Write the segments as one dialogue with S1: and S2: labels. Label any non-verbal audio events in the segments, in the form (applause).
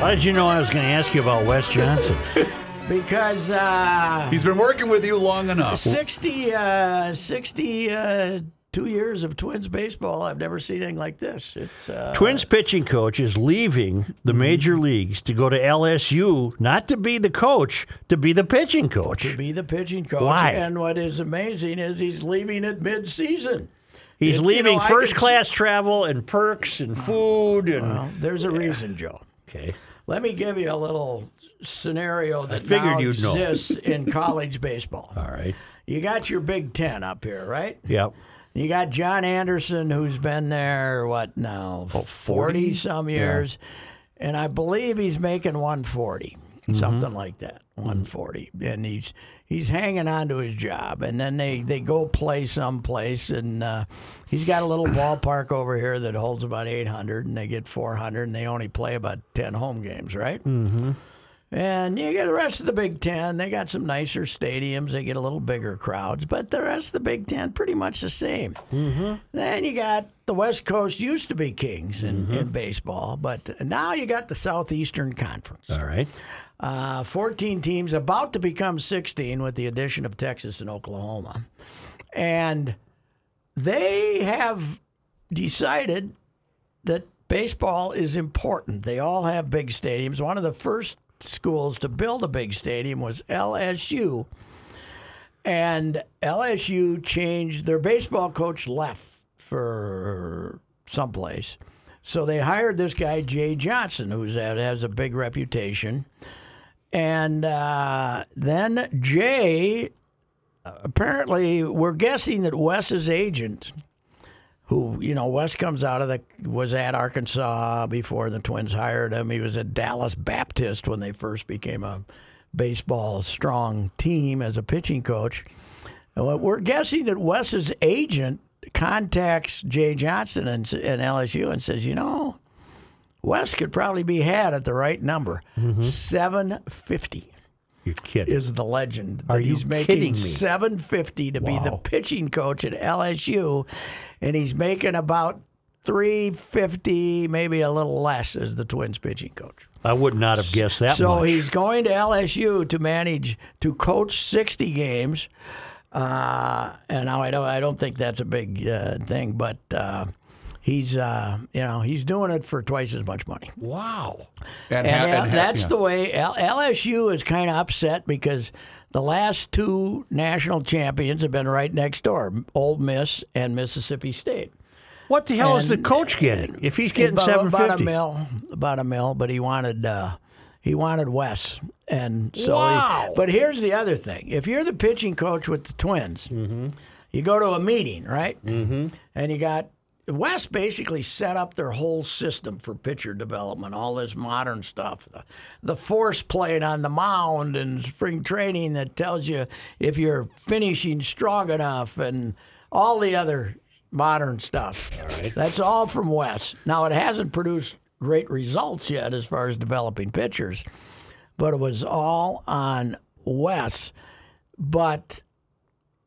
S1: How did you know I was going to ask you about Wes Johnson?
S2: (laughs) because uh,
S3: He's been working with you long enough.
S2: 60, uh, 60 uh, two years of Twins baseball, I've never seen anything like this. It's uh,
S1: Twins pitching coach is leaving the
S2: Mm-hmm.
S1: major leagues to go to LSU, not to be the coach, to be the pitching
S2: to
S1: coach.
S2: be the pitching coach.
S1: Why?
S2: And what is amazing is he's leaving at midseason.
S1: He's
S2: If- you
S1: leaving
S2: know, I Uh,
S1: first
S2: could
S1: class travel and perks and food and
S2: Well, there's a reason, Joe.
S1: okay.
S2: Let me give you a little scenario that
S1: figured
S2: now
S1: you'd know.
S2: exists in college baseball.
S1: (laughs) All right.
S2: You got your Big Ten up here, right?
S1: Yep.
S2: You got John Anderson, who's been there, what now, 40 some years. And I believe he's making 140, something like that, 140. And he's he's hanging on to his job. And then they, they go play someplace. And uh, he's got a little ballpark over here that holds about 800, and they get 400, and they only play about 10 home games, right? And you get the rest of the Big Ten. They got some nicer stadiums. They get a little bigger crowds, but the rest of the Big Ten pretty much the same. Mm-hmm. Then you got the West Coast used to be kings in, in baseball, but now you got the Southeastern Conference.
S1: All right.
S2: Uh, 14 teams about to become 16 with the addition of Texas and Oklahoma. And they have decided that baseball is important. They all have big stadiums. One of the first schools to build a big stadium was LSU. And LSU changed their baseball coach left for someplace. So they hired this guy, Jay Johnson, who's at, has a big reputation. And uh, then Jay, apparently, we're guessing that Wes's agent, who you know, Wes comes out of the was at Arkansas before the Twins hired him. He was at Dallas Baptist when they first became a baseball strong team as a pitching coach. Well, We're guessing that Wes's agent contacts Jay Johnson and, s- and LSU and says, you know, Wes could probably be had at the right number, seven fifty
S1: You're kidding.
S2: is the legend.
S1: Are
S2: that
S1: you
S2: he's making
S1: kidding me?
S2: 750 to be the
S1: Wow.
S2: pitching coach at LSU and he's making about 350, maybe a little less as the Twins pitching coach.
S1: I would not have guessed that
S2: so
S1: much.
S2: he's going to LSU to manage to coach 60 games. Uh, and now I don't I don't think that's a big uh, thing, but uh, he's uh, you know, he's doing it for twice as much money.
S1: wow.
S3: And
S2: And,
S3: ha-
S2: L-
S3: and ha-
S2: that's
S3: yeah.
S2: the way L- LSU is kind of upset because the last two national champions have been right next door, Old Miss and Mississippi State.
S1: What the hell is the
S2: And-
S1: coach getting? If he's getting
S2: about,
S1: seven
S2: about a
S1: fifty,
S2: mil, about a mil, but he wanted uh, he wanted Wes, and so. he-
S1: Wow.
S2: but here's the other thing: if you're the pitching coach with the Twins,
S1: Mm-hmm.
S2: you go to a meeting, right? Mm-hmm. And you got Wes basically set up their whole system for pitcher development, all this modern stuff, the, the force plate on the mound and spring training that tells you if you're finishing strong enough and all the other modern stuff. That's all from Wes. Now, it hasn't produced great results yet as far as developing pitchers, but it was all on Wes. But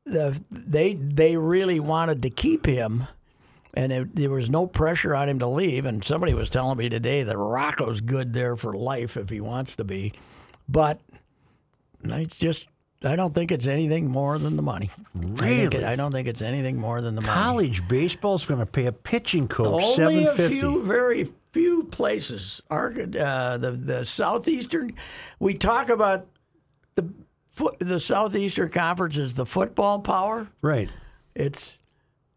S2: the, they they really wanted to keep him, and it, there was no pressure on him to leave. And somebody was telling me today that Rocco's good there for life if he wants to be, but it's just I don't think it's anything more than the money. I, think it-
S1: Really?
S2: I don't think it's anything more than the money.
S1: college baseball's going to pay a pitching coach
S2: Only
S1: seven
S2: a
S1: fifty.
S2: few, very few places. Our, uh, the the southeastern. We talk about the foot, the southeastern conference is the football power.
S1: Right.
S2: It's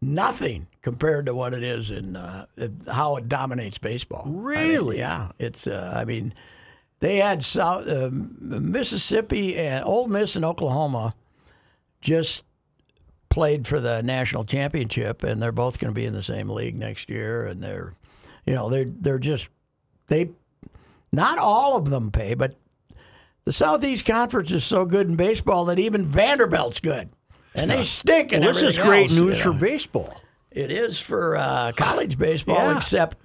S2: nothing compared to what it is in uh, how it dominates baseball. I mean,
S1: Really?
S2: yeah. It's uh, I mean, They had South uh, Mississippi and Ole Miss and Oklahoma just played for the national championship, and they're both going to be in the same league next year. And they're, you know, they're they're just they, not all of them pay, but the Southeast Conference is so good in baseball that even Vanderbilt's good, and they stink. And
S1: Well, this is
S2: everything
S1: great
S2: else, you
S1: news
S2: know.
S1: for baseball.
S2: It is for uh, college baseball,
S1: Yeah.
S2: except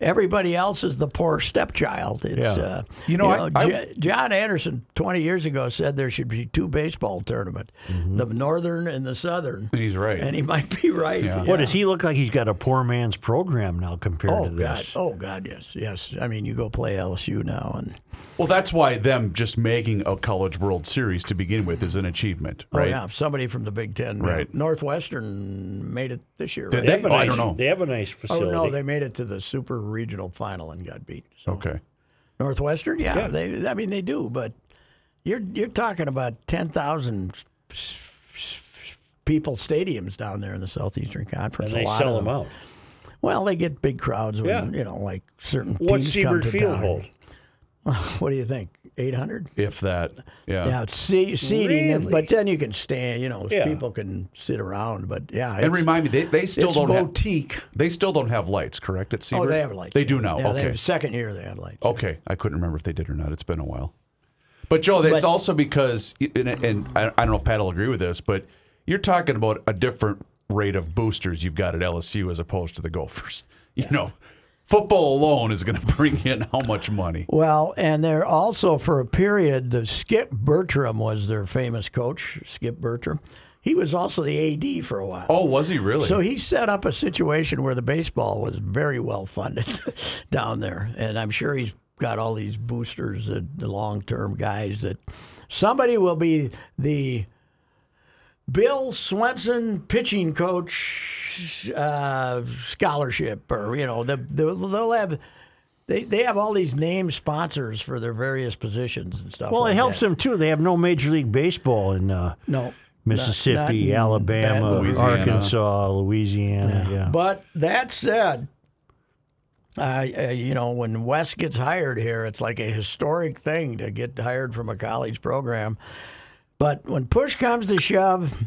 S2: everybody else is the poor stepchild. It's
S1: Yeah.
S2: uh,
S3: You know, I- I-
S2: Jo- John Anderson twenty years ago said there should be two baseball tournament,
S3: Mm-hmm.
S2: the northern and the southern,
S3: He's right.
S2: and he might be right.
S3: Yeah.
S1: What does he look like? He's got a poor man's program now compared
S2: Oh
S1: to
S2: God!
S1: this.
S2: Oh God! Yes, yes. I mean, you go play LSU now, and
S3: well, that's why them just making a college World Series to begin with is an achievement,
S2: oh
S3: right?
S2: yeah, somebody from the Big Ten, uh,
S3: Right.
S2: Northwestern made it this year.
S3: Did
S2: right?
S3: they?
S1: have a
S3: Oh, I
S1: nice-
S3: don't know.
S1: They have a nice facility.
S2: Oh no, they made it to the super regional final and got beat. So.
S3: Okay.
S2: Northwestern, yeah, they. I mean, they do, but you're you're talking about ten thousand people stadiums down there in the Southeastern Conference.
S1: and they
S2: a lot
S1: sell
S2: of
S1: them out.
S2: Well, they get big crowds when
S1: Yeah.
S2: you know, like certain
S1: What's
S2: teams
S1: Seabird
S2: come to
S1: Field
S2: town.
S1: hold?
S2: What do you think? Eight hundred.
S3: If that. Yeah.
S2: Yeah, it's se- seating,
S1: Really?
S2: but then you can stand. You know,
S1: Yeah.
S2: people can sit around. But yeah,
S3: And
S2: it's-
S3: remind me, they, they still
S2: it's
S3: don't
S2: boutique.
S3: have they still don't have lights, correct? At
S2: oh,
S3: Seabird?
S2: they have lights.
S3: They do now.
S2: Yeah,
S3: okay.
S2: they have, second year they had lights.
S3: Okay, I couldn't remember if they did or not. It's been a while. But Joe, that's
S2: But-
S3: also because, and, and I, I don't know if Pat will agree with this, but you're talking about a different rate of boosters you've got at LSU as opposed to the Gophers. (laughs) You know, football alone is going to (laughs) bring in how much money?
S2: Well, and they're also for a period. The Skip Bertram was their famous coach. Skip Bertram, he was also the AD for a while.
S3: Oh, was he really?
S2: So he set up a situation where the baseball was very well funded (laughs) down there, and I'm sure he's got all these boosters, the, the long-term guys. That somebody will be the Bill Swenson pitching coach uh, scholarship, or you know, the, the, they'll have they, they have all these name sponsors for their various positions and stuff.
S1: Well,
S2: like
S1: it helps
S2: that.
S1: them too. They have no major league baseball in uh,
S2: No, not
S1: Mississippi,
S2: in
S1: Alabama,
S2: Baton Rouge.
S3: Louisiana.
S1: Arkansas, Louisiana. Yeah.
S2: But that said, uh, uh, you know, when Wes gets hired here, it's like a historic thing to get hired from a college program. But when push comes to shove,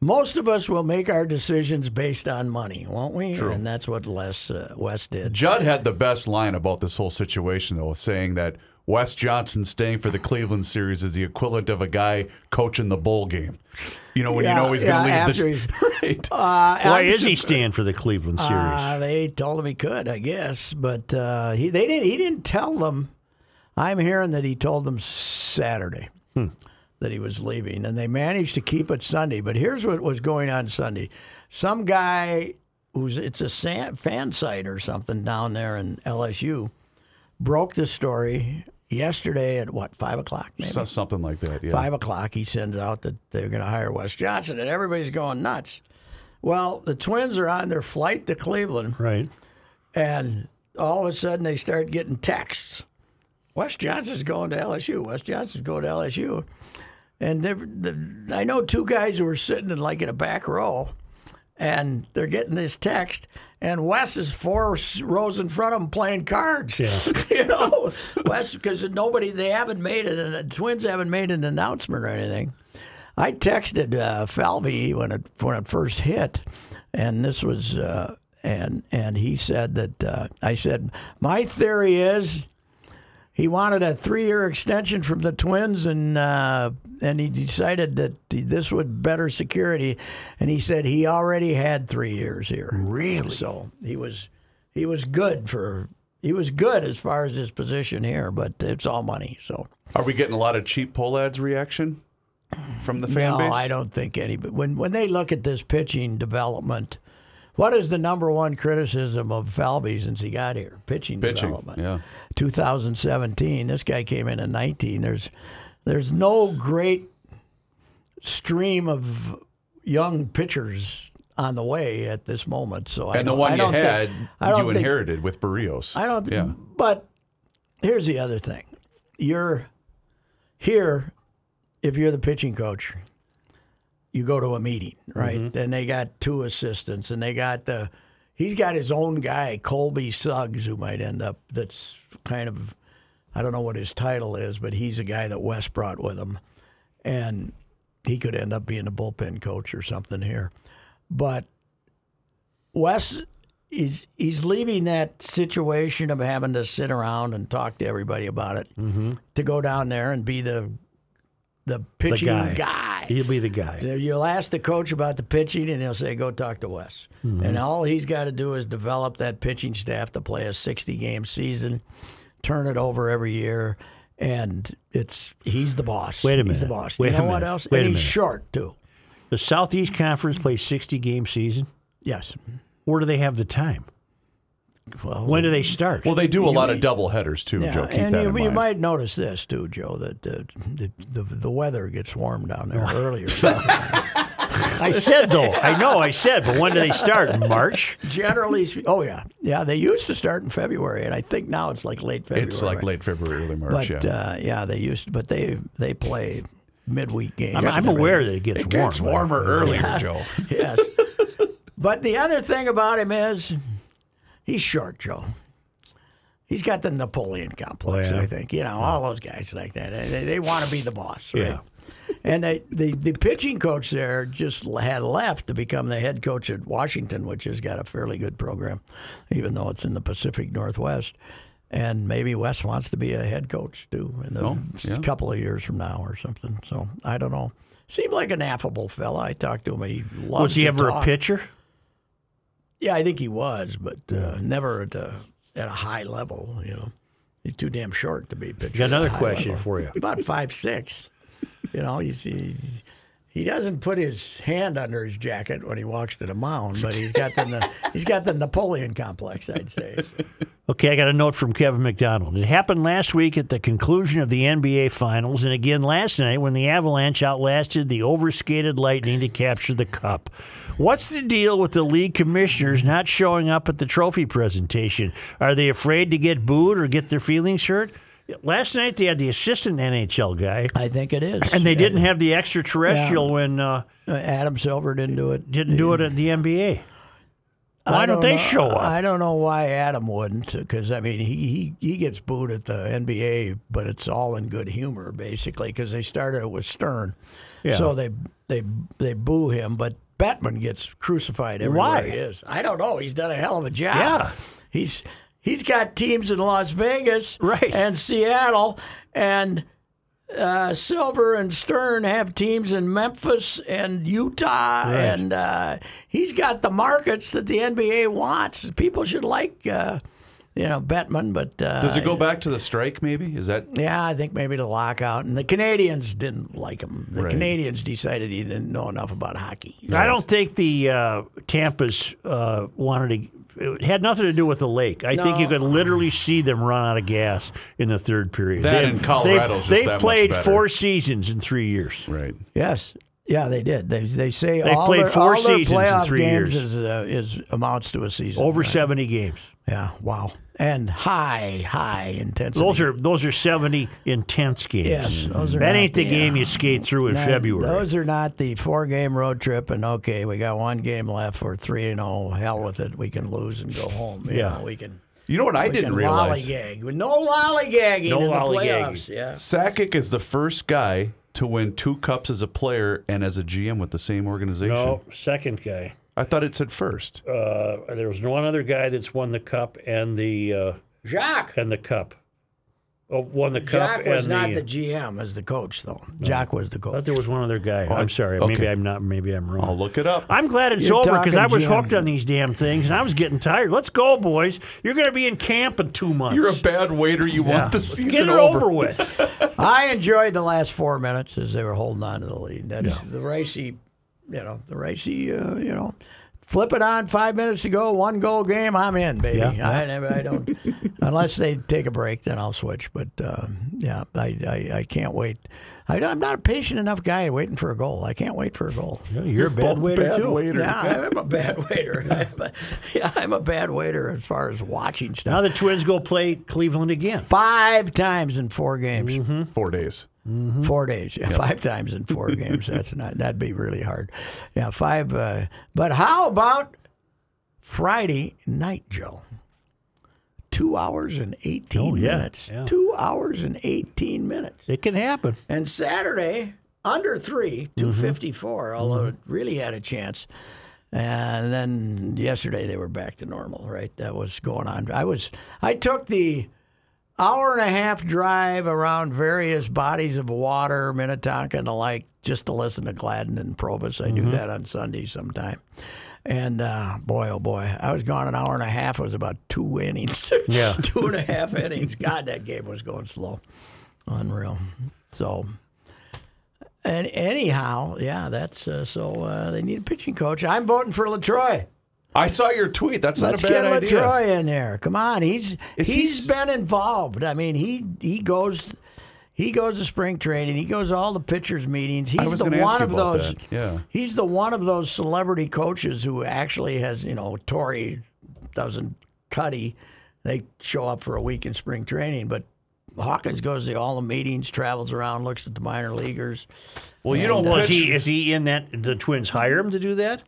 S2: most of us will make our decisions based on money, won't we? And that's what Les uh, Wes did.
S3: Judd had the best line about this whole situation, though, saying that Wes Johnson staying for the Cleveland series is the equivalent of a guy coaching the bowl game. You know, when
S2: Yeah,
S3: you know he's going to
S2: yeah,
S3: leave the. (laughs) Right.
S1: Why is he staying for the Cleveland series?
S2: Uh, they told him he could, I guess, but uh, he they didn't. He didn't tell them. I'm hearing that he told them Saturday
S3: Hmm.
S2: that he was leaving, and they managed to keep it Sunday. But here's what was going on Sunday: some guy who's it's a san- fan site or something down there in LSU broke the story yesterday at what five o'clock maybe
S3: So- something like that, yeah.
S2: five o'clock, he sends out that they're going to hire Wes Johnson, and everybody's going nuts. Well, the Twins are on their flight to Cleveland,
S1: right.
S2: and all of a sudden they start getting texts. Wes Johnson's going to LSU. Wes Johnson's going to LSU, and they're- the, I know two guys who were sitting in like in a back row, and they're getting this text, and Wes is four s- rows in front of them playing cards. (laughs) you know, Wes, because nobody they haven't made it, and the Twins haven't made an announcement or anything. I texted uh, Falvey when it when it first hit, and this was uh, and and he said that uh, I said my theory is he wanted a three year extension from the Twins and uh, and he decided that this would better security, and he said he already had three years here. Really? So he was he was good for he was good as far as his position here, but it's all money. So.
S3: Are we getting a lot of cheap poll ads reaction from the fan
S2: no,
S3: base?
S2: I don't think any. But when when they look at this pitching development, what is the number one criticism of Falvey since he got here? Pitching,
S3: Pitching,
S2: development.
S3: yeah.
S2: 2017. This guy came in at 19. There's there's no great stream of young pitchers on the way at this moment. So I
S3: And the
S2: don't- I
S3: one you
S2: don't think-
S3: had,
S2: I
S3: you
S2: don't think-
S3: inherited with Barrios.
S2: I don't.
S3: Yeah.
S2: But here's the other thing: you're here if you're the pitching coach. You go to a meeting, right? And they got two assistants, and they got the. He's got his own guy, Colby Suggs, who might end up. That's kind of I don't know what his title is, but he's a guy that West brought with him, and he could end up being a bullpen coach or something here. But Wes he's he's leaving that situation of having to sit around and talk to everybody about it to go down there and be the the pitching
S1: guy.
S2: guy.
S1: He'll be the guy.
S2: You'll ask the coach about the pitching, and he'll say, "Go talk to Wes."
S1: Mm-hmm.
S2: And all he's got to do is develop that pitching staff to play a sixty-game season, turn it over every year, and it's he's the boss.
S1: Wait a
S2: He's the
S1: minute.
S2: boss.
S1: Wait
S2: you
S1: a
S2: know what
S1: minute.
S2: else?
S1: Wait
S2: and
S1: a
S2: he's
S1: minute.
S2: short too.
S1: The Southeast Conference plays 60 game season.
S2: Yes.
S1: Where do they have the time?
S2: Well,
S1: When do they start?
S3: Well, they do a lot of
S2: may-
S3: double headers too, Joe. Keep
S2: and
S3: that
S2: you,
S3: in
S2: you
S3: mind.
S2: might notice this too, Joe, that uh, the, the the weather gets warm down
S1: (laughs)
S2: there earlier.
S1: I said though. I know I said, but when do they start? In March?
S2: Generally, spe- oh yeah, yeah, they used to start in February, and I think now it's like late February.
S3: it's like late February, early March.
S2: but
S3: yeah.
S2: uh, yeah, they used, to, but they they play midweek games.
S1: I'm, I'm aware that it gets
S3: it
S1: warm.
S3: gets warmer earlier, Joe.
S2: yes. But the other thing about him is he's short, Joe. He's got the Napoleon complex,
S1: Oh, yeah.
S2: I think. You know, all those guys like that. They, they want to be the boss, right?
S1: Yeah.
S2: And they, the, the pitching coach there just had left to become the head coach at Washington, which has got a fairly good program, even though it's in the Pacific Northwest. And maybe Wes wants to be a head coach too in a
S3: Oh, yeah.
S2: couple of years from now or something. So I don't know. Seemed like an affable fella. I talked to him. He loves
S1: Was he
S2: to
S1: ever
S2: talk.
S1: a pitcher?
S2: Yeah, I think he was, but uh, never at a, at a high level. You know, he's too damn short to be a pitcher.
S1: Got another
S2: at a high
S1: question
S2: level.
S1: for you.
S2: About five six. You know, you see, he doesn't put his hand under his jacket when he walks to the mound, but he's got the he's got the Napoleon complex. I'd say.
S1: Okay, I got a note from Kevin McDonald. It happened last week at the conclusion of the NBA Finals, and again last night when the Avalanche outlasted the overskated Lightning to capture the cup. What's the deal with the league commissioners not showing up at the trophy presentation? Are they afraid to get booed or get their feelings hurt? Last night they had the assistant NHL guy,
S2: I think it is.
S1: and they didn't have the extraterrestrial
S2: Yeah.
S1: when uh,
S2: Uh, Adam Silver didn't do it.
S1: didn't do it at the NBA. Why
S2: I
S1: don't, they
S2: know-
S1: show up?
S2: I don't know why Adam wouldn't, because I mean, he, he he gets booed at the NBA, but it's all in good humor basically, because they started it with Stern,
S1: Yeah.
S2: so they they they boo him, but Batman gets crucified everywhere
S1: Why?
S2: he is. I don't know. He's done a hell of a job.
S1: Yeah.
S2: he's he's got teams in Las Vegas,
S1: Right.
S2: and Seattle, and. Uh, Silver and Stern have teams in Memphis and Utah, and uh, he's got the markets that the NBA wants. People should like, uh, you know, Bettman, but uh,
S3: Does it go back to the strike? Maybe is that
S2: yeah, I think maybe the lockout and the Canadians didn't like him. The
S3: Right.
S2: Canadians decided he didn't know enough about hockey.
S1: I don't think the uh, Tampa's uh, wanted to. It had nothing to do with the lake. I think you could literally see them run out of gas in the third period.
S3: That
S1: They've-
S3: and Colorado's
S1: they've-
S3: just
S1: They've
S3: that much
S1: played
S3: better.
S1: four seasons in three years.
S3: right?
S2: Yes. Yeah, they did. They, they say all
S1: played
S2: their,
S1: four
S2: all their
S1: seasons in
S2: playoff
S1: three
S2: games
S1: years.
S2: is, uh, is amounts to a season.
S1: Over seventy games.
S2: yeah, wow, and high, high intensity.
S1: Those are those are seventy intense games.
S2: Yes, those are
S1: that
S2: not
S1: ain't the
S2: the,
S1: game
S2: uh,
S1: you skate through in
S2: Now,
S1: February.
S2: Those are not the four game road trip and okay, we got one game left or three and oh, hell with it. We can lose and go home. You
S1: Yeah.
S2: know, we can
S3: You know what I
S2: we
S3: didn't
S2: can
S3: realize?
S2: lollygag. No lollygagging
S1: No
S2: in the
S1: lollygagging.
S2: playoffs. Yeah.
S3: Sakic is the first guy to win two cups as a player and as a GM with the same organization.
S1: no, second guy.
S3: I thought it said first.
S1: Uh, there was one other guy that's won the cup and the uh,
S2: Jacques.
S1: and the cup. Oh, won the cup
S2: Jacques was
S1: and
S2: not
S1: the
S2: the GM as the coach though. Jacques was the
S1: I thought
S2: coach.
S1: there was one other guy. I'm sorry. Maybe
S3: Oh, okay.
S1: I'm not. Maybe I'm wrong.
S3: I'll look it up.
S1: I'm glad it's
S2: You're
S1: over because
S2: talking
S1: I was
S2: Jim.
S1: hooked on these damn things and I was getting tired. Let's go, boys. You're going to be in camp in two months.
S3: You're a bad waiter. You want the season
S1: Get it over,
S3: (laughs)
S1: with.
S2: I enjoyed the last four minutes as they were holding on to the lead. That's the racy, you know, the racy, uh, you know. Flip it on, five minutes to go, one goal game. I'm in, baby.
S1: Yeah.
S2: I, never- I don't, unless they take a break, then I'll switch. But um, yeah, I, I, I can't wait. I, I'm not a patient enough guy waiting for a goal. I can't wait for a goal.
S1: You're a bad waiter
S3: bad
S1: too.
S3: waiter.
S2: Yeah, I'm a bad waiter. (laughs) I'm a, yeah, I'm a bad waiter as far as watching stuff.
S1: Now the Twins go play Cleveland again.
S2: Five times in four games.
S1: Mm-hmm.
S3: Four days.
S2: Four days, yeah, five times in four
S1: (laughs)
S2: games. That's not that'd be really hard. Yeah, five. Uh, but how about Friday night, Joe? two hours and 18
S1: Oh, yeah,
S2: minutes.
S1: yeah.
S2: Two hours and 18 minutes.
S1: It can happen.
S2: And Saturday, under three, 254, although it really had a chance. And then yesterday they were back to normal, right? That was going on. I was I took the hour and a half drive around various bodies of water, Minnetonka and the like, just to listen to Gladden and Provis. I do that on Sundays sometime. And uh, boy, oh boy, I was gone an hour and a half. It was about two (laughs) innings,
S1: Yeah.
S2: two and a half innings. God, that game was going slow, unreal. So, and anyhow, yeah, that's uh, so uh, they need a pitching coach. I'm voting for Latroy.
S3: I saw your tweet. That's not
S2: Let's
S3: a bad
S2: get
S3: idea.
S2: Latroy in there. Come on, he's
S3: Is
S2: he's
S3: he's-
S2: been involved. I mean, he he goes he goes to spring training. He goes to all the pitchers meetings. He's
S3: was
S2: the
S3: gonna ask
S2: one
S3: you
S2: of
S3: about
S2: those.
S3: that, yeah.
S2: he's the one of those celebrity coaches who actually has you know Tori doesn't Cuddy. They show up for a week in spring training, but Hawkins goes to all the meetings, travels around, looks at the minor leaguers.
S3: Well, you don't
S1: Well, is
S3: pitch.
S1: he is he in that? The Twins hire him to do that.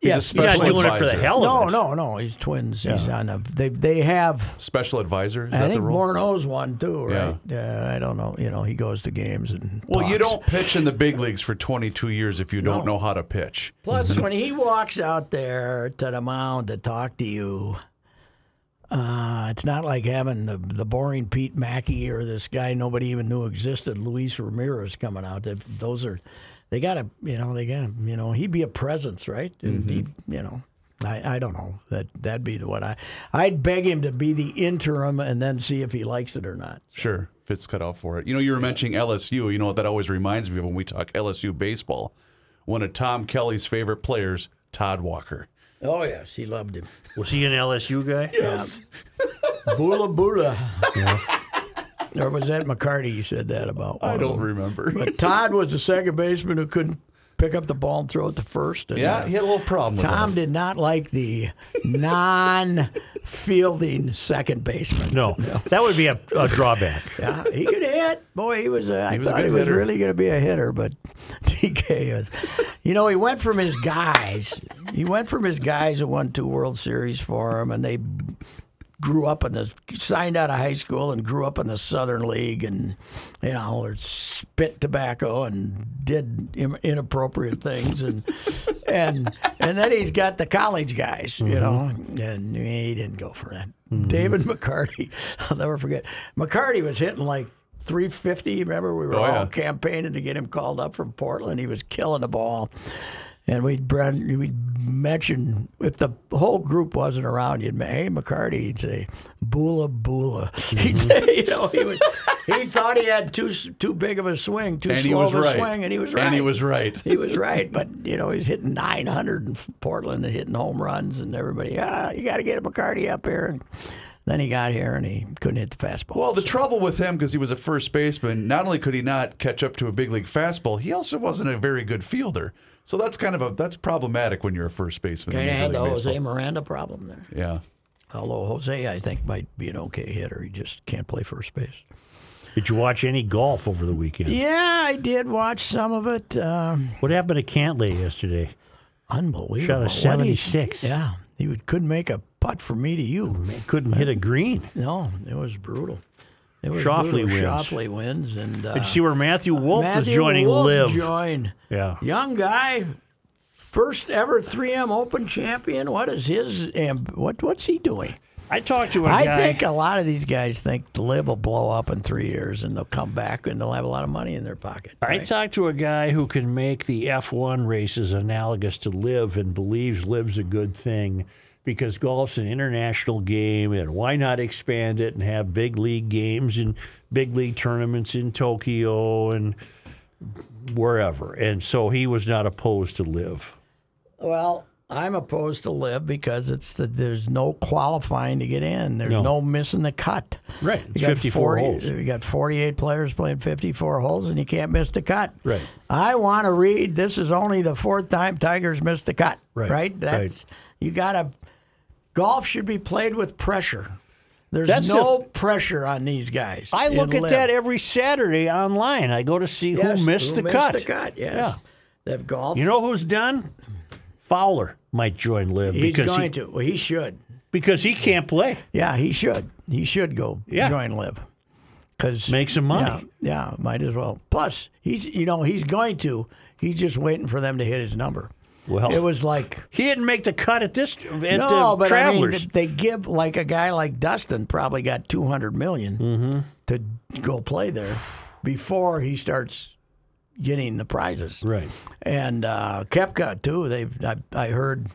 S3: he's a
S2: Yes,
S1: He's not
S3: special
S1: doing it for
S3: advisor.
S1: the hell of
S2: No,
S1: it.
S2: no, no. He's twins. He's on a. They they have.
S3: Special advisor. Is
S2: I
S3: that the
S2: think
S3: role?
S2: Morneau's one too, right? Uh, I don't know. You know, he goes to games and.
S3: well, you
S2: talks.
S3: don't pitch in the big leagues for 22 years if you don't know how to pitch.
S2: (laughs) Plus, when he walks out there to the mound to talk to you, uh, it's not like having the, the boring Pete Mackey or this guy nobody even knew existed, Luis Ramirez, coming out. That those are, they got to, you know, they got to, you know, he'd be a presence, right? And he'd you know, I, I don't know that that'd be the what I, I'd beg him to be the interim and then see if he likes it or not.
S3: Sure. Fits cut out for it. You know, you were mentioning LSU. You know, that always reminds me of when we talk LSU baseball. One of Tom Kelly's favorite players, Todd Walker.
S2: Oh yes, he loved him.
S1: Was he an LSU guy?
S2: Yes. Bula Bula. (laughs) Or was that McCarty you said that about?
S3: I
S2: One of
S3: don't
S2: them.
S3: remember.
S2: But Todd was the second baseman who couldn't pick up the ball and throw it to first.
S3: (laughs)
S2: And,
S3: yeah,
S2: uh,
S3: he had a little problem with
S2: Tom
S3: that.
S2: did not like the non fielding second baseman.
S1: No, that would be a, a drawback.
S2: Yeah, he could hit. Boy, he was. A, I
S3: was a
S2: thought he
S3: good
S2: was
S3: hitter.
S2: really going to be a hitter, but (laughs) TK is. You know, he went from his guys. He went from his guys that won two World Series for him, and they grew up in the signed out of high school and grew up in the Southern League, and you know, or spit tobacco and did im- inappropriate things, and (laughs) and and then he's got the college guys, you know,
S3: Mm-hmm.
S2: and he didn't go for that. David (laughs) McCarty, I'll never forget. McCarty was hitting like. 350. Remember, we were
S3: Oh,
S2: all
S3: yeah.
S2: campaigning to get him called up from Portland. He was killing the ball. And we'd, bred- we'd mention, if the whole group wasn't around, you'd, ma- hey, McCarty, he'd say, Bula Bula. (laughs) He'd
S3: Mm-hmm.
S2: say, you know, he, would, he thought he had too, s- too big of a swing, too
S3: And
S2: slow
S3: he was
S2: of a
S3: right.
S2: swing, and he was right.
S3: And he was right.
S2: (laughs) He was right, but you know he's hitting 900 in Portland and hitting home runs, and everybody, ah, you got to get McCarty up here. And then he got here and he couldn't hit the fastball.
S3: Well, the trouble with him, because he was a first baseman, not only could he not catch up to a big league fastball, he also wasn't a very good fielder. So that's kind of a that's problematic when you're a first baseman. in
S2: Kind of
S3: Major
S2: had eh? the
S3: League
S2: Jose
S3: Baseball.
S2: Miranda problem there.
S3: Yeah.
S2: Although Jose, I think, might be an okay hitter. He just can't play first base.
S1: Did you watch any golf over the weekend?
S2: Yeah, I did watch some of it. Um,
S1: What happened to Cantley yesterday?
S2: unbelievable. What do you-
S1: 76.
S2: yeah, he would, couldn't make a putt for me to you.
S1: Couldn't hit a green.
S2: No, it was brutal. It was
S1: Shoffley
S2: brutal.
S1: wins.
S2: Shoffley wins, and uh,
S1: Did you see where Matthew Wolf
S2: Matthew
S1: was joining
S2: Wolff
S1: Live?
S2: Joined.
S1: yeah.
S2: Young guy, first ever 3M Open champion. What is his? amb- What what's he doing?
S1: I talked to a
S2: I
S1: guy.
S2: think a lot of these guys think the Live will blow up in three years, and they'll come back and they'll have a lot of money in their pocket.
S1: I
S2: right?
S1: talked to a guy who can make the F1 races analogous to live and believes live's a good thing because golf's an international game and why not expand it and have big league games and big league tournaments in Tokyo and wherever. And so he was not opposed to live.
S2: Well, I'm opposed to live because it's the, there's no qualifying to get in. There's
S1: No.
S2: no, missing the cut.
S1: Right.
S2: You
S1: It's
S2: got
S1: 54
S2: 40
S1: holes.
S2: You got 48 players playing 54 holes, and you can't miss the cut.
S1: Right.
S2: I want to read. This is only the fourth time Tigers missed the cut.
S1: Right. Right.
S2: Right. That's you got to. Golf should be played with pressure. There's
S1: That's
S2: no pressure on these guys.
S1: I
S2: in
S1: look at
S2: LIV.
S1: that every Saturday online. I go to see
S2: Yes,
S1: who missed, the,
S2: missed
S1: cut.
S2: The cut. Yes.
S1: Yeah.
S2: That golf.
S1: You know who's done? Fowler might join live
S2: He's
S1: because he-
S2: going to. Well, he should.
S1: because he can't play.
S2: Yeah, he should. He should go
S1: Yeah.
S2: join Lib because
S1: Make some money.
S2: Yeah, yeah, might as well. Plus, he's you know he's going to. He's just waiting for them to hit his number.
S1: Well,
S2: It was like
S1: he didn't make the cut at this at
S2: no,
S1: Oh. the
S2: but
S1: Travelers.
S2: I mean, they give like a guy like Dustin probably got two
S1: Mm-hmm.
S2: to go play there before he starts getting the prizes.
S1: right.
S2: And uh, Kepka too. They I, I heard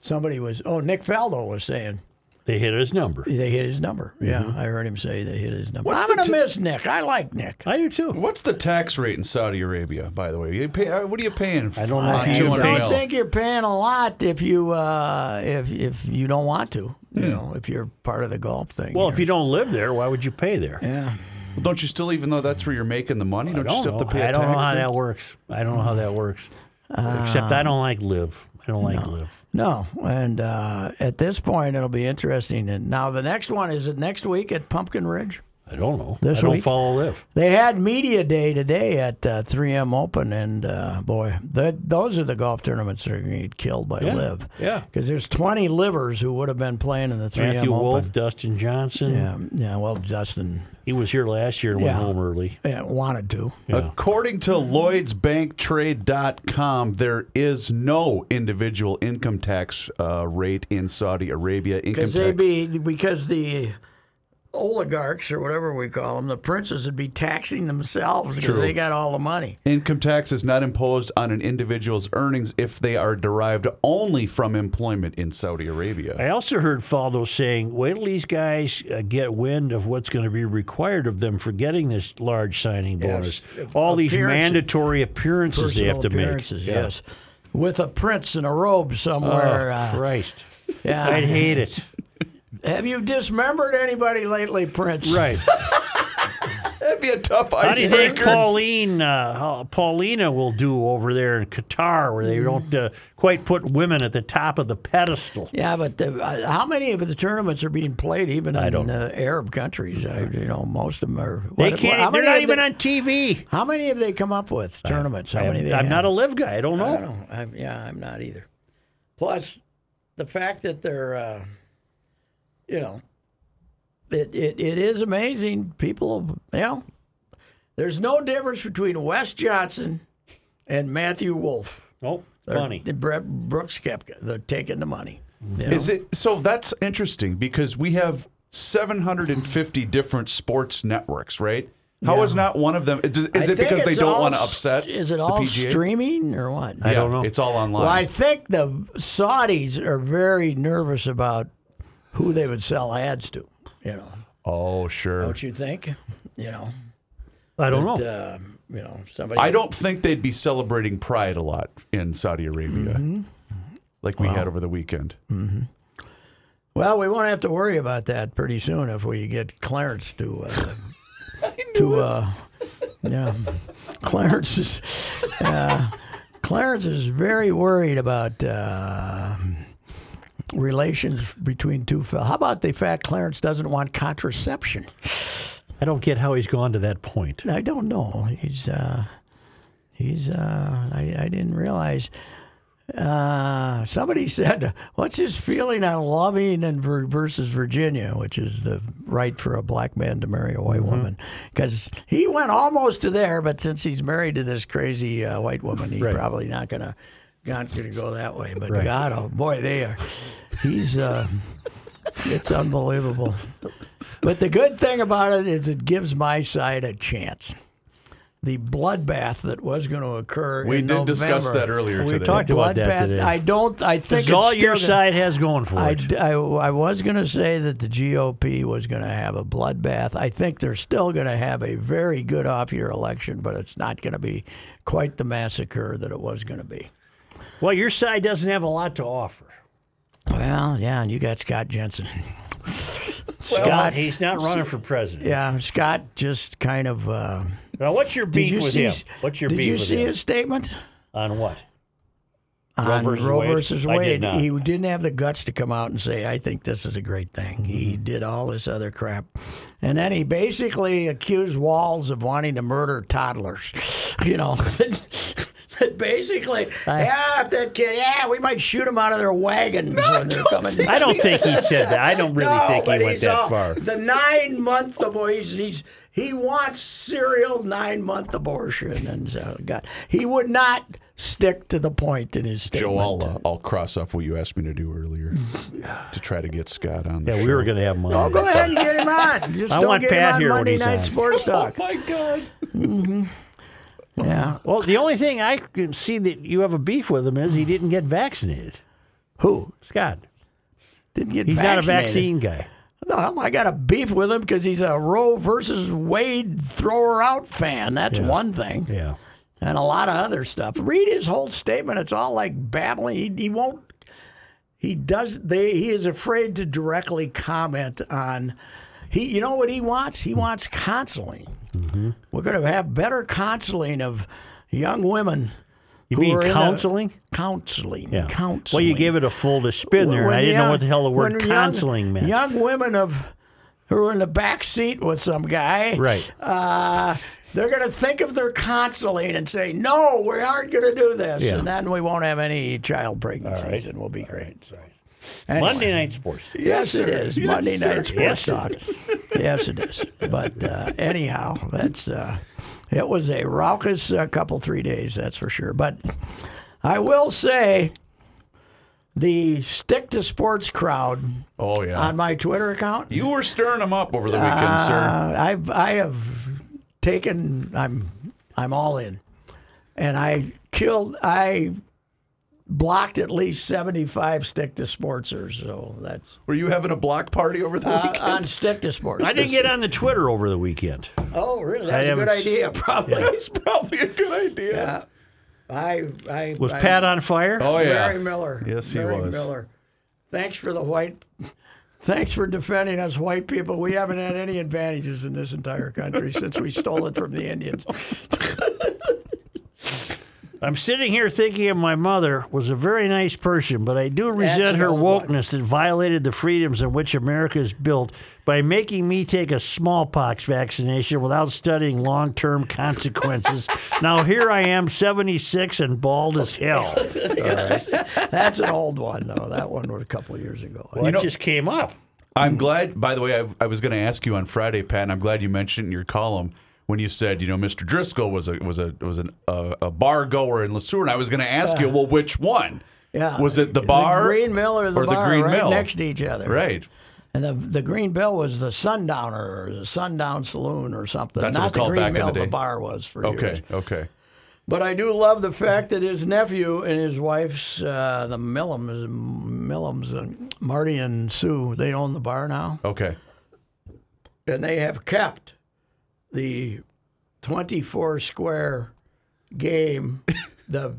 S2: somebody was oh Nick Faldo was saying
S1: They hit his number.
S2: they hit his number. Yeah, I heard him say they hit his
S3: Mm-hmm.
S2: number.
S3: What's
S2: I'm
S3: the
S2: gonna
S3: t-
S2: miss Nick. I like Nick.
S1: I do too.
S3: What's the tax rate in Saudi Arabia, by the way? You pay, uh, what are you paying?
S1: I don't know
S3: on
S1: if you
S3: 200
S1: pay-
S3: mil?
S2: I don't think you're paying a lot if you uh, if if you don't want to. You
S3: Hmm.
S2: know, if you're part of the golf thing.
S1: Well,
S2: here.
S1: if you don't live there, why would you pay there?
S2: yeah.
S3: Don't you still, even though that's where you're making the money,
S1: I
S3: don't, you
S1: don't
S3: still
S1: know.
S3: have to pay a
S1: I don't
S3: tax
S1: know how
S3: thing?
S1: that works. I don't know how that works. Except I don't like live. I don't like live.
S2: Ah. No, and uh, at this point, it'll be interesting. And now the next one is it next week at Pumpkin Ridge?
S1: I don't know.
S2: This
S1: I don't
S2: week?
S1: follow live.
S2: They had media day today at uh, 3M Open, and uh, boy, that those are the golf tournaments that are going to get killed by
S1: Yeah,
S2: Live.
S1: yeah.
S2: because there's 20 livers who would have been playing in the 3M
S1: Matthew
S2: Open.
S1: Wolf, Dustin Johnson.
S2: Yeah, yeah. Well, Justin
S1: He was here last year and went
S2: Yeah.
S1: home early.
S2: yeah, wanted to.
S3: According to LloydsBankTrade.com, there is no individual income tax uh, rate in Saudi Arabia. Income
S2: Because they
S3: tax.
S2: be because the oligarchs or whatever we call them, the princes would be taxing themselves because
S3: True.
S2: they got all the money.
S3: Income tax is not imposed on an individual's earnings if they are derived only from employment in Saudi Arabia.
S1: I also heard Faldo saying, wait till these guys uh, get wind of what's going to be required of them for getting this large signing bonus. All these
S2: Appearances.
S1: mandatory appearances
S2: Personal
S1: they have to
S2: appearances,
S1: make.
S2: Yes, with a prince in a robe somewhere.
S1: Oh,
S2: uh,
S1: Christ.
S2: yeah.
S1: I'd hate it.
S2: Have you dismembered anybody lately, Prince?
S1: (laughs) Right.
S3: That'd be a tough
S1: How do you think
S3: icebreaker.
S1: Pauline, uh, how- Paulina will do over there in Qatar, where they don't uh, quite put women at the top of the pedestal?
S2: Yeah, but the, uh, how many of the tournaments are being played even in uh, Arab countries? I, you know, most of them are.
S1: They
S2: what-
S1: can't.
S2: how
S1: they're
S2: many
S1: not
S2: have
S1: even
S2: they-
S1: on TV.
S2: How many have they come up with tournaments? How many? They
S1: I'm
S2: have?
S1: not a live guy. I don't know.
S2: I don't know. I'm, yeah, I'm not either. Plus, the fact that they're, uh, you know, it, it, it is amazing. People, you know, there's no difference between Wes Johnson and Matthew Wolf.
S1: Nope.
S2: They're-
S1: Funny.
S2: they're Brett Brooks Kepka. They're taking the money.
S3: Is it so? That's interesting because we have 750 different sports networks, right? How is not one of them? Is, is
S2: I
S3: it
S2: think
S3: because they
S2: it's
S3: don't
S2: all
S3: want to
S2: s-
S3: upset?
S2: Is it
S3: the
S2: all
S3: PGA?
S2: streaming or what?
S1: I don't know.
S3: It's all online.
S2: Well, I think the Saudis are very nervous about who they would sell ads to. You know,
S3: oh, sure.
S2: don't you think? You know.
S1: I don't know.
S2: uh, you know, somebody.
S3: I don't think they'd be celebrating Pride a lot in Saudi Arabia, like we had over the weekend.
S2: Well, we won't have to worry about that pretty soon if we get Clarence to. Uh, to uh, yeah, Clarence is. Uh, Clarence is very worried about uh, relations between two. fel- How about the fact Clarence doesn't want contraception?
S1: I don't get how he's gone to that point.
S2: I don't know. He's uh, he's uh, I, I didn't realize. Uh, somebody said, "What's his feeling on loving and ver- versus Virginia, which is the right for a black man to marry a
S3: Mm-hmm.
S2: white woman?" Because he went almost to there, but since he's married to this crazy uh, white woman, he's
S1: Right.
S2: probably not gonna not gonna go that way. But
S1: Right.
S2: God, oh boy, they are. He's uh, it's unbelievable. But the good thing about it is it gives my side a chance. The bloodbath that was going to occur.
S3: We
S2: in
S3: did discuss
S2: November.
S3: that earlier
S1: We
S3: today.
S1: talked
S2: The
S1: about that
S2: bloodbath-
S1: today.
S2: I don't. I think
S1: That's
S2: it's
S1: all your
S2: still gonna-
S1: side has going for
S2: I,
S1: it.
S2: I, I was going to say that the GOP was going to have a bloodbath. I think they're still going to have a very good off year election, but it's not going to be quite the massacre that it was going to be.
S1: well, your side doesn't have a lot to offer.
S2: Well, yeah, and you got Scott Jensen.
S1: Scott, he's not running for president.
S2: Yeah, Scott just kind of. Uh,
S1: Now, what's your
S2: did
S1: beef
S2: you
S1: with
S2: see?
S1: him? What's your
S2: did
S1: beef
S2: you
S1: with
S2: see
S1: him?
S2: his statement?
S1: On what?
S2: on
S1: versus
S2: Roe
S1: Wade?
S2: versus
S1: I did
S2: Wade.
S1: not.
S2: He didn't have the guts to come out and say, "I think this is a great thing." He
S1: Mm-hmm.
S2: did all this other crap, and then he (laughs) basically accused Walls of wanting to murder toddlers. you know, basically,
S1: I-
S2: yeah, if that kid, yeah, we might shoot him out of their wagons when they're coming.
S1: I don't think he said that. I don't really
S2: (laughs) no,
S1: think
S2: but
S1: he went
S2: he's
S1: that
S2: all-
S1: far.
S2: The nine month abortion, he's, he's, he wants serial nine month abortion, and so God, he would not stick to the point in his statement.
S3: Joe, I'll, uh, I'll cross off what you asked me to do earlier to try to get Scott on the
S1: Yeah,
S3: show.
S1: we were going to have him on.
S2: Oh, go ahead and get him on. Just
S1: I
S2: don't
S1: want
S2: get
S1: Pat
S2: him on
S1: here when
S2: Monday
S1: he's
S2: Night
S1: on.
S2: Sports
S3: (laughs) Oh,
S2: Talk. Mm-hmm.
S3: my God.
S2: yeah.
S1: Well, the only thing I can see that you have a beef with him is he didn't get vaccinated.
S2: Who
S1: Scott,
S2: didn't get?
S1: he's
S2: vaccinated.
S1: not a vaccine guy.
S2: No, I got a beef with him because he's a Roe versus Wade thrower out fan. That's one thing,
S1: Yeah.
S2: and a lot of other stuff. Read his whole statement. It's all like babbling. He, he won't. He does. They. He is afraid to directly comment on. He. You know what he wants? He wants counseling.
S1: Mm-hmm.
S2: We're going to have better counseling of young women.
S1: You
S2: who
S1: mean
S2: are in the-
S1: counseling?
S2: counseling.
S1: Yeah. Well,
S2: Counseling.
S1: you gave it a full to spin there, and
S2: When
S1: I didn't know
S2: young-
S1: what the hell the word
S2: when young-
S1: counseling meant.
S2: Young women of who are in the back seat with some guy,
S1: Right.
S2: Uh, they're going to think of their counseling and say, "No, we aren't going to do this,"
S1: Yeah.
S2: and then we won't have any child pregnancies, and we'll be great.
S1: Monday Night Sports.
S2: Yes, it is Monday night
S1: Yes,
S2: sports talk. yes, it is. But uh, anyhow, that's uh, it was a raucous uh, couple three days, that's for sure. But I will say, the stick to sports crowd
S3: Oh, yeah.
S2: on my Twitter account,
S3: you were stirring him up over the weekend, sir.
S2: uh, I've I have taken I'm I'm all in, and I killed I blocked at least seventy five stick to sportsers. So that's
S3: Were you having a block party over the
S2: uh,
S3: weekend?
S2: (laughs) on stick to sports.
S1: I didn't get on the Twitter over the weekend.
S2: Oh, really?
S1: I
S2: That's a
S1: haven't
S2: good
S1: s-
S2: idea. (laughs) Probably.
S3: That's (laughs) probably a good idea.
S2: I, I
S1: Was
S2: I,
S1: Pat on fire?
S3: Oh, yeah.
S2: Barry Miller.
S3: Yes, he
S2: Barry
S3: was.
S2: Miller. Thanks for the white. Thanks for defending us white people. We haven't had any advantages in this entire country since we stole it from the Indians.
S1: I'm sitting here thinking of my mother was a very nice person, but I do resent
S2: an
S1: her
S2: old one.
S1: wokeness that violated the freedoms on which America is built by making me take a smallpox vaccination without studying long-term
S2: (laughs)
S1: consequences. now here I am, 76 and bald as
S2: (laughs)
S1: hell.
S2: That's an old one though. That one was a couple of years ago.
S1: Well,
S3: know-
S1: it just came up.
S3: I'm glad, by the way, I, I was going to ask you on Friday, Pat, and I'm glad you mentioned it in your column when you said, you know, Mr. Driscoll was a was a was an, a, a bar goer in LeSueur, and I was going to ask you, well, which one?
S2: Ah. yeah.
S3: Was it the bar?
S2: Green Mill or the
S3: or the
S2: bar
S3: Green
S2: right
S3: Mill?
S2: next to each other?
S3: Right.
S2: And the the Green Mill was the Sundowner or the Sundown Saloon or something.
S3: That's what it
S2: Not
S3: was called
S2: the Green
S3: back in the
S2: Mill,
S3: day.
S2: bar was for years.
S3: Okay. Okay.
S2: But I do love the fact that his nephew and his wife's, uh, the Millums, Millums, and Marty and Sue, they own the bar now.
S3: Okay.
S2: And they have kept the 24 square
S3: (laughs)
S2: game, the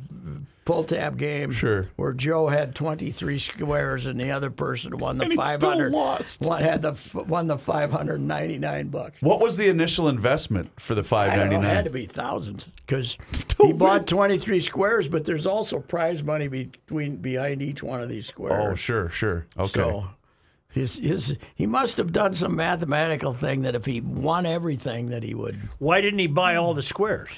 S2: pull tab game.
S3: Sure.
S2: Where Joe had 23 squares and the other person won the
S3: And he still
S2: 500.
S3: lost.
S2: One had the, f- won the 599 bucks.
S3: What was the initial investment for the
S2: I don't know, it
S3: 599?
S2: had to be thousands
S3: (laughs)
S2: because he bought 23 squares, but there's also prize money between behind each one of these
S3: Oh,
S2: squares.
S3: sure, sure. Okay.
S2: So his, his, he must have done some mathematical thing that if he won everything that he would.
S1: Why didn't he buy all the squares?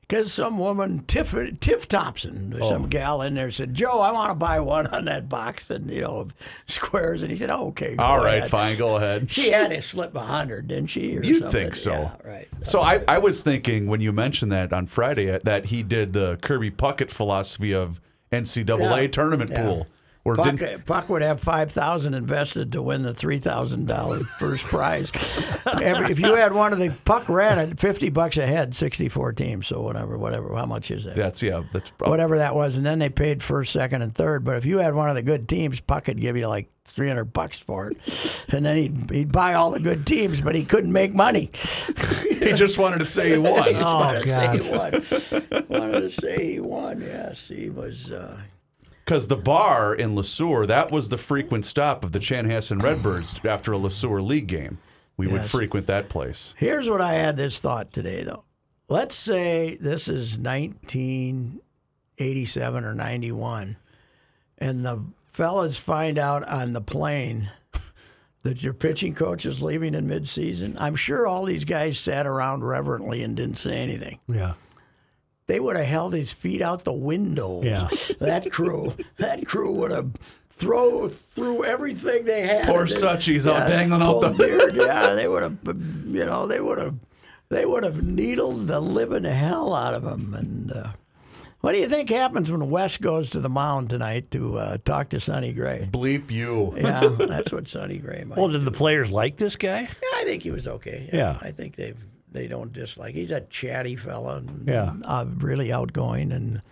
S2: Because some woman, Tiff, Tiff Thompson, or
S3: Oh.
S2: some gal in there said, Joe, I want to buy one on that box and, you know, of squares. And he said, oh, okay. go
S3: All right,
S2: ahead."
S3: fine. Go ahead.
S2: (laughs) She had to slip a 100, didn't she? or
S3: You'd
S2: something?
S3: think so.
S2: Yeah, right.
S3: So I, I was thinking when you mentioned that on Friday uh, that he did the Kirby Puckett philosophy of NCAA
S2: Yeah.
S3: tournament
S2: Yeah.
S3: pool, or
S2: Puck,
S3: didn't
S2: Puck uh, would have five thousand invested to win the three thousand dollar first prize. Every, if you had one of the Puck ran at fifty bucks a head, sixty four teams, so whatever, whatever. How much is that?
S3: that's yeah that's probably
S2: Whatever that was, and then they paid first, second, and third. But if you had one of the good teams, Puck would give you like three hundred bucks for it, and then he'd, he'd buy all the good teams, but he couldn't make money. (laughs)
S3: he just wanted to say he won.
S2: Just
S1: Oh,
S2: wanted to say he won. wanted to say he won. Yes, he was. Uh,
S3: Because the bar in LeSueur, that was the frequent stop of the Chanhassen Redbirds after a LeSueur league game. We would
S2: Yes.
S3: frequent that
S2: (laughs)
S3: place.
S2: Here's what I had this thought today, though. Let's say this is 1987 or 91, and the fellas find out on the plane (laughs) that your pitching coach is leaving in midseason. I'm sure all these guys sat around reverently and didn't say anything.
S1: Yeah.
S2: they would have held his feet out the window.
S1: Yeah.
S2: (laughs) that crew, that crew would have throw threw everything they had.
S3: Poor
S2: They-
S3: Suchi's out oh, dangling out the- (laughs)
S2: pulled beard. Yeah, they would have, you know, they would have, they would have needled the living hell out of him. And uh, what do you think happens when Wes goes to the mound tonight to uh, talk to
S3: (laughs)
S2: Sonny Gray?
S3: Bleep you.
S2: Yeah, that's what Sonny Gray might.
S1: Well, did the players like this guy?
S2: Yeah, I think he was okay.
S1: Yeah.
S2: I think they've they don't dislike. He's a chatty fella. And,
S1: Yeah.
S2: uh, really outgoing and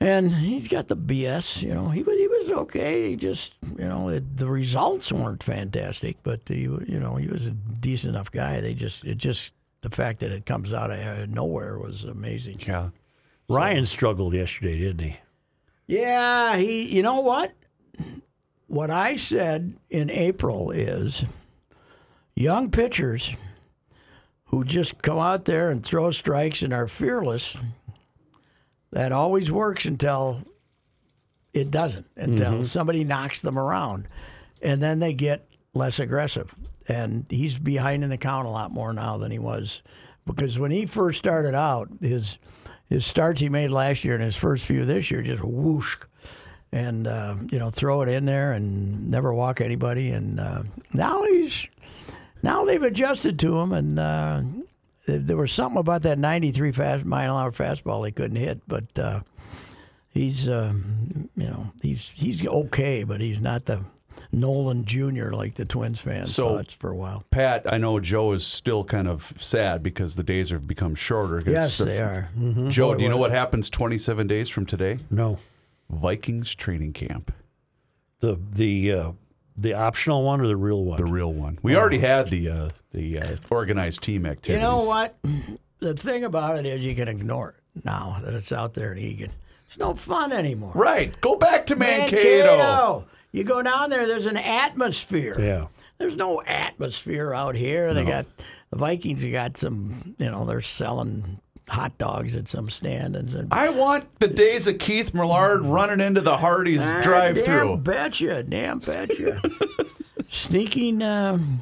S2: and he's got the BS. You know, he was he was okay. He just you know it, the results weren't fantastic, but he wa- you know he was a decent enough guy. They just it just the fact that it comes out of uh, nowhere was amazing.
S3: Yeah.
S1: Ryan struggled yesterday, didn't he?
S2: Yeah, he. You know what? What I said in April is, young pitchers who just come out there and throw strikes and are fearless. That always works until it doesn't. Until somebody knocks them around, and then they get less aggressive. And he's behind in the count a lot more now than he was, because when he first started out, his his starts he made last year and his first few this year just whoosh, and uh, you know throw it in there and never walk anybody. And uh, now he's now they've adjusted to him, and uh, th- there was something about that 93 fast mile an hour fastball he couldn't hit, but uh, he's um, you know he's he's okay, but he's not the Nolan Jr. like the Twins fans
S3: So-
S2: thought for a while.
S3: Pat, I know Joe is still kind of sad because the days have become shorter.
S2: Yes,
S3: It's the-
S2: they are. Mm-hmm.
S3: Joe, do you know what happens 27 days from today?
S1: No.
S3: Vikings training camp,
S1: The the uh, the optional one or the real one?
S3: the real one. We already had the uh, the uh, organized team activities.
S2: Oh. You know what? The thing about it is you can ignore it now that it's out there in Egan. It's no fun anymore.
S3: Right. Go back to Mankato.
S2: Mankato. You go down there, there's an atmosphere.
S1: yeah.
S2: There's no atmosphere out here. They got the Vikings. You got some, you know, they're selling hot dogs at some stand and some
S3: I want the days of Keith Millard running into the Hardy's drive
S2: Ah, Damn
S3: through.
S2: betcha,
S3: (laughs)
S2: damn betcha. Sneaking um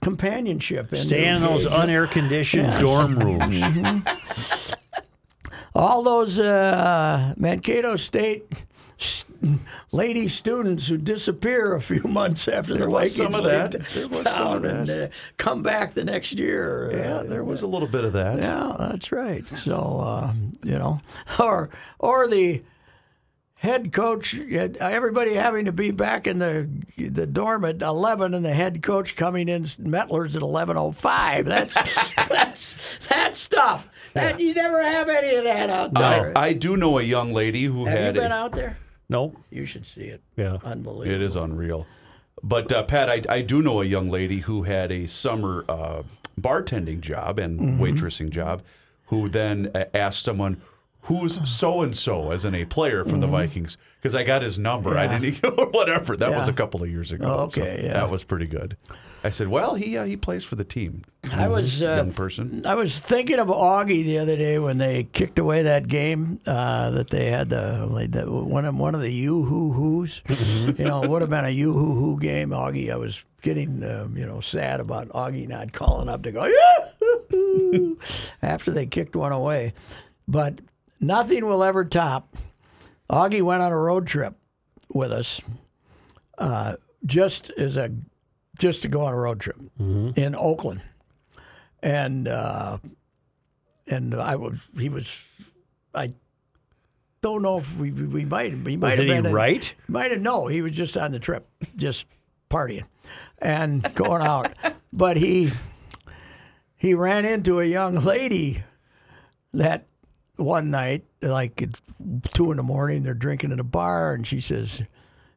S2: companionship. into-
S1: Stay in those unair conditioned dorm rooms.
S2: all those uh, Mankato State s- lady students who disappear a few months after the
S3: was
S2: Vikings
S3: some of
S2: leave
S3: that. There was
S2: town
S3: some of
S2: and uh, come back the next year.
S3: Yeah,
S2: Uh,
S3: there was a little bit of that.
S2: yeah, that's right. So uh, you know, (laughs) or or the head coach, everybody having to be back in the the dorm at eleven, and the head coach coming in Metlers at eleven oh five. That's that's that stuff. That you never have any of that out
S3: I,
S2: there.
S3: I do know a young lady who
S2: have you
S3: had
S2: been
S3: a,
S2: out there?
S1: Nope.
S2: You should see it.
S1: Yeah.
S2: Unbelievable.
S3: It is unreal. But uh, Pat, I, I do know a young lady who had a summer uh, bartending job and
S2: Mm-hmm.
S3: waitressing job, who then uh, asked someone, "Who's so and so?" as in a player from the
S2: Mm-hmm.
S3: Vikings, because I got his number. I didn't even (laughs) whatever. That was a
S2: Yeah.
S3: couple of years ago.
S2: Oh,
S3: so
S2: okay, yeah.
S3: that was pretty good. I said, "Well, he uh, he plays for the team."
S2: I was uh,
S3: young person.
S2: I was thinking of Augie the other day when they kicked away that game uh, that they had the, like the one of one of the you hoo hoos. you know, it would have been a you hoo hoo game. Augie, I was getting um, you know sad about Augie not calling up to go yoo-hoo-hoo after they kicked one away, but nothing will ever top. Augie went on a road trip with us just as a just to go on a road trip
S1: Mm-hmm.
S2: in Oakland, and uh, and I was he was I don't know if we we- we might we might
S1: Did
S2: have
S1: he
S2: been in-
S1: write?
S2: might have no. He was just on the trip, just partying
S1: (laughs)
S2: and going out. But he he ran into a young lady that one night, like at two in the morning, they're drinking at a bar, and she says,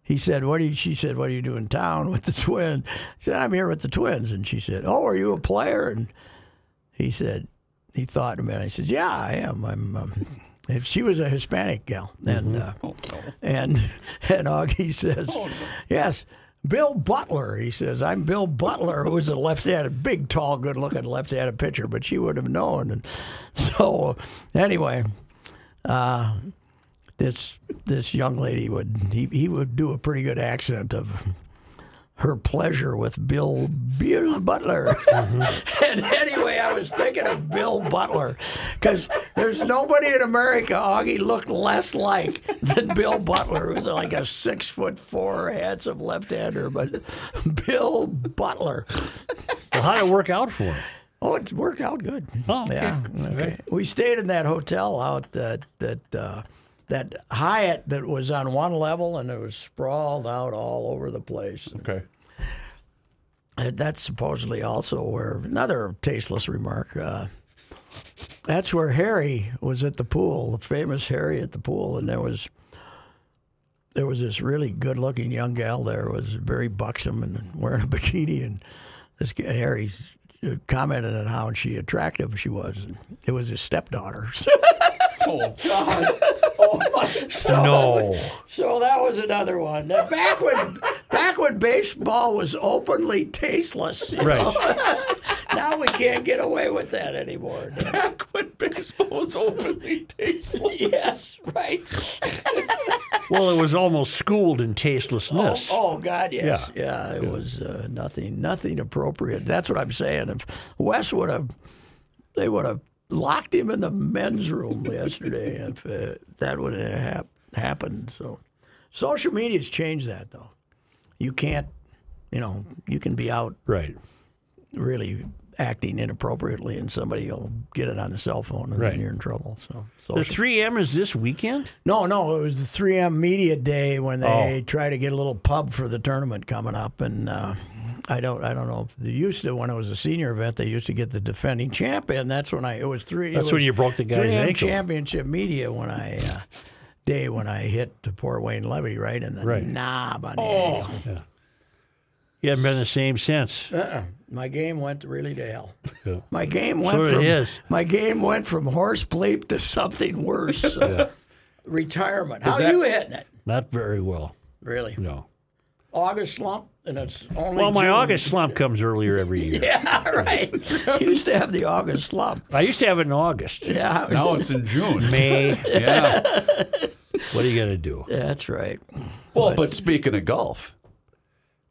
S2: he said, "What do you?" She said, "What do you do in town with the twins?" I said, "I'm here with the twins," and she said, "Oh, are you a player?" And he said, he thought a minute. He said, "Yeah, I am. I'm." Um, if she was a Hispanic gal, and uh, and (laughs) and Augie says, "Yes, Bill Butler." He says, "I'm Bill Butler, who was a left-handed, big, tall, good-looking left-handed pitcher." But she would have known, and so anyway, uh, this this young lady would he, he would do a pretty good accent of her pleasure with Bill, Bill Butler. (laughs) and anyway, I was thinking of Bill Butler because there's nobody in America Augie looked less like than Bill Butler, who's like a six foot four handsome left hander. But Bill Butler.
S1: Well, how'd it work out for him?
S2: Oh, it worked out good.
S1: Oh, okay.
S2: yeah. Okay. We stayed in that hotel out that that uh, that Hyatt that was on one level and it was sprawled out all over the place.
S3: Okay.
S2: And that's supposedly also where another tasteless remark. Uh, that's where Harry was at the pool, the famous Harry at the pool, and there was there was this really good-looking young gal there who was very buxom and wearing a (laughs) bikini, and this guy, Harry uh, commented on how she attractive she was. And it was his stepdaughter. (laughs)
S3: Oh, God. (laughs)
S2: So-
S1: No.
S2: So that was another one. Now, back when back when baseball was openly tasteless, you know,
S1: Right.
S2: now we can't get away with that anymore.
S3: Back when baseball was openly tasteless.
S2: (laughs) yes, right.
S1: Well, it was almost schooled in
S2: Oh,
S1: tastelessness.
S2: oh, God, yes, yeah. it was uh, nothing, nothing appropriate. That's what I'm saying. If Wes would have, they would have locked him in the men's room yesterday (laughs) if uh, that would have hap- happened. So, social media's changed that though. You can't, you know, you can be out
S1: Right.
S2: really acting inappropriately and somebody will get it on the cell phone and
S1: Right.
S2: then you're in trouble. So, so
S1: The 3M is this weekend?
S2: no, no, it was the 3M media day when they
S1: Oh.
S2: try to get a little pub for the tournament coming up and uh, I don't I don't know if they used to when it was a senior event they used to get the defending champ in. That's when I it was 3 it
S1: That's when
S2: was
S1: you broke the guy's
S2: 3M
S1: ankle.
S2: championship media when I uh, day when I hit the poor Wayne Levy right in the
S1: Right. Oh.
S2: knob on the ankle.
S1: You haven't been the same since.
S2: My game went really to hell.
S1: Yeah.
S2: My game went
S1: Sure it
S2: from
S1: is.
S2: my game went from horse bleep to something worse. (laughs) So, Retirement. How
S3: that-
S2: are you hitting it?
S1: Not very well.
S2: Really?
S1: No.
S2: August slump, and it's only.
S1: Well, my
S2: June.
S1: August slump comes earlier every year.
S2: (laughs) Yeah, right. (laughs) you used to have the August slump.
S1: I used to have it in August.
S2: (laughs) Yeah,
S3: Now it's in June.
S1: May.
S3: Yeah.
S2: (laughs)
S1: What are you going to do?
S2: that's right. (laughs)
S3: Well, but speaking of golf,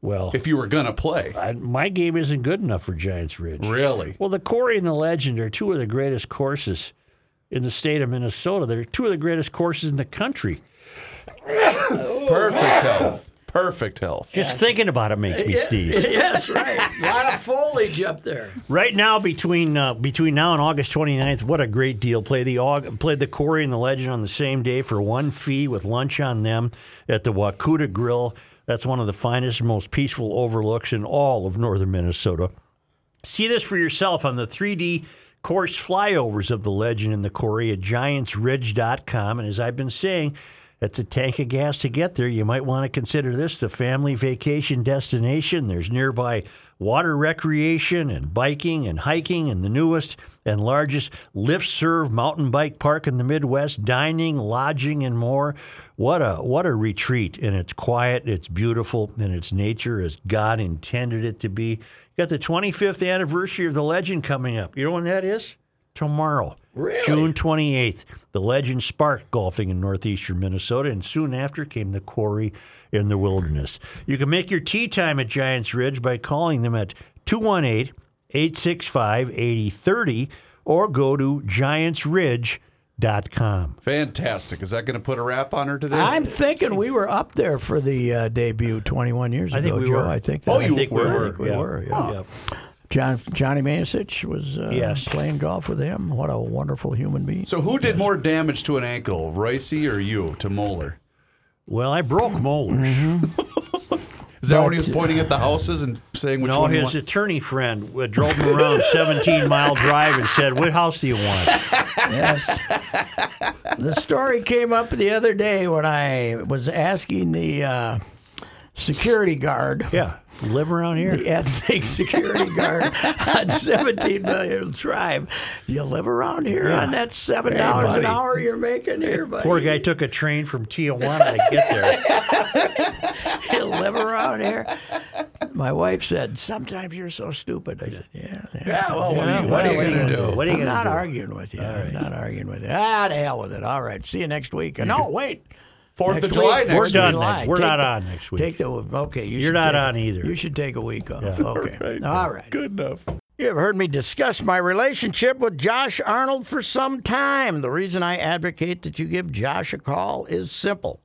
S1: Well,
S3: if you were going to play,
S1: I, my game isn't good enough for Giants Ridge.
S3: really?
S1: Well, the Quarry and the Legend are two of the greatest courses in the state of Minnesota. They're two of the greatest courses in the country.
S3: Perfect health. Perfect health.
S1: Just thinking about it makes me sneeze.
S2: Yes, right. A lot of foliage up there.
S1: Right now, between uh, between now and August 29th, what a great deal! Play the Aug- play the Corey and the Legend on the same day for one fee with lunch on them at the Wakuta Grill. That's one of the finest, and most peaceful overlooks in all of northern Minnesota. See this for yourself on the 3D course flyovers of the Legend and the Corey at GiantsRidge.com. And as I've been saying, it's a tank of gas to get there. You might want to consider this the family vacation destination. There's nearby water recreation and biking and hiking and the newest and largest lift serve mountain bike park in the Midwest, dining, lodging, and more. What a what a retreat. And it's quiet, it's beautiful, and it's nature as God intended it to be. Got the 25th anniversary of the legend coming up. You know when that is? Tomorrow.
S2: Really?
S1: June 28th, the legend sparked golfing in northeastern Minnesota, and soon after came the quarry in the wilderness. You can make your tea time at Giants Ridge by calling them at 218 865 8030 or go to giantsridge.com.
S3: Fantastic. Is that going to put a wrap on her today?
S2: I'm thinking we were up there for the uh, debut 21 years
S1: I
S2: ago,
S1: think we
S2: Joe.
S1: were.
S2: I think.
S3: Oh,
S2: that-
S3: you
S2: I think
S3: were.
S2: I think we
S1: Yeah.
S2: were. Yeah. John, Johnny Mansich was uh,
S1: Yes.
S2: playing golf with him. What a wonderful human
S1: (laughs)
S2: being.
S3: so who did more damage to an ankle, Ricey or you, to Moeller?
S1: Well, I broke molars.
S2: Mm-hmm.
S3: Is that when
S2: But-
S3: he was pointing at the houses and saying which
S1: No,
S3: one he
S1: his
S3: wanted?
S1: attorney friend uh, drove him around 17 mile drive and said, What house do you
S2: (laughs)
S1: want?
S2: Yes. the story came up the other day when I was asking the uh, security guard.
S1: Yeah, live around here. (laughs)
S2: The ethnic security guard on 17 Million Drive. You live around here on that $7 an
S1: buddy.
S2: hour you're making here, buddy.
S1: Poor guy took a train from Tijuana to get there.
S2: You live around here. My wife said, Sometimes you're so stupid. I said, Yeah. yeah.
S3: Yeah, well, what are you, what are you going to do?
S1: What are you
S2: I'm
S1: going
S2: not
S1: to do?
S2: arguing with you. I'm not arguing with you. Ah, to hell with it. All right. See you next week. no, wait.
S3: Fourth
S2: Next
S3: of July
S2: week.
S3: next
S1: We're
S3: week.
S1: done.
S2: July.
S1: Then. We're
S2: Take
S1: not
S2: the-
S1: on next week.
S2: Take the okay. You
S1: You're
S2: should
S1: not
S2: take-
S1: on either.
S2: You should take a week off. Okay. All right.
S3: Good enough.
S2: You have heard me discuss my relationship with Josh Arnold for some time. The reason I advocate that you give Josh a call is simple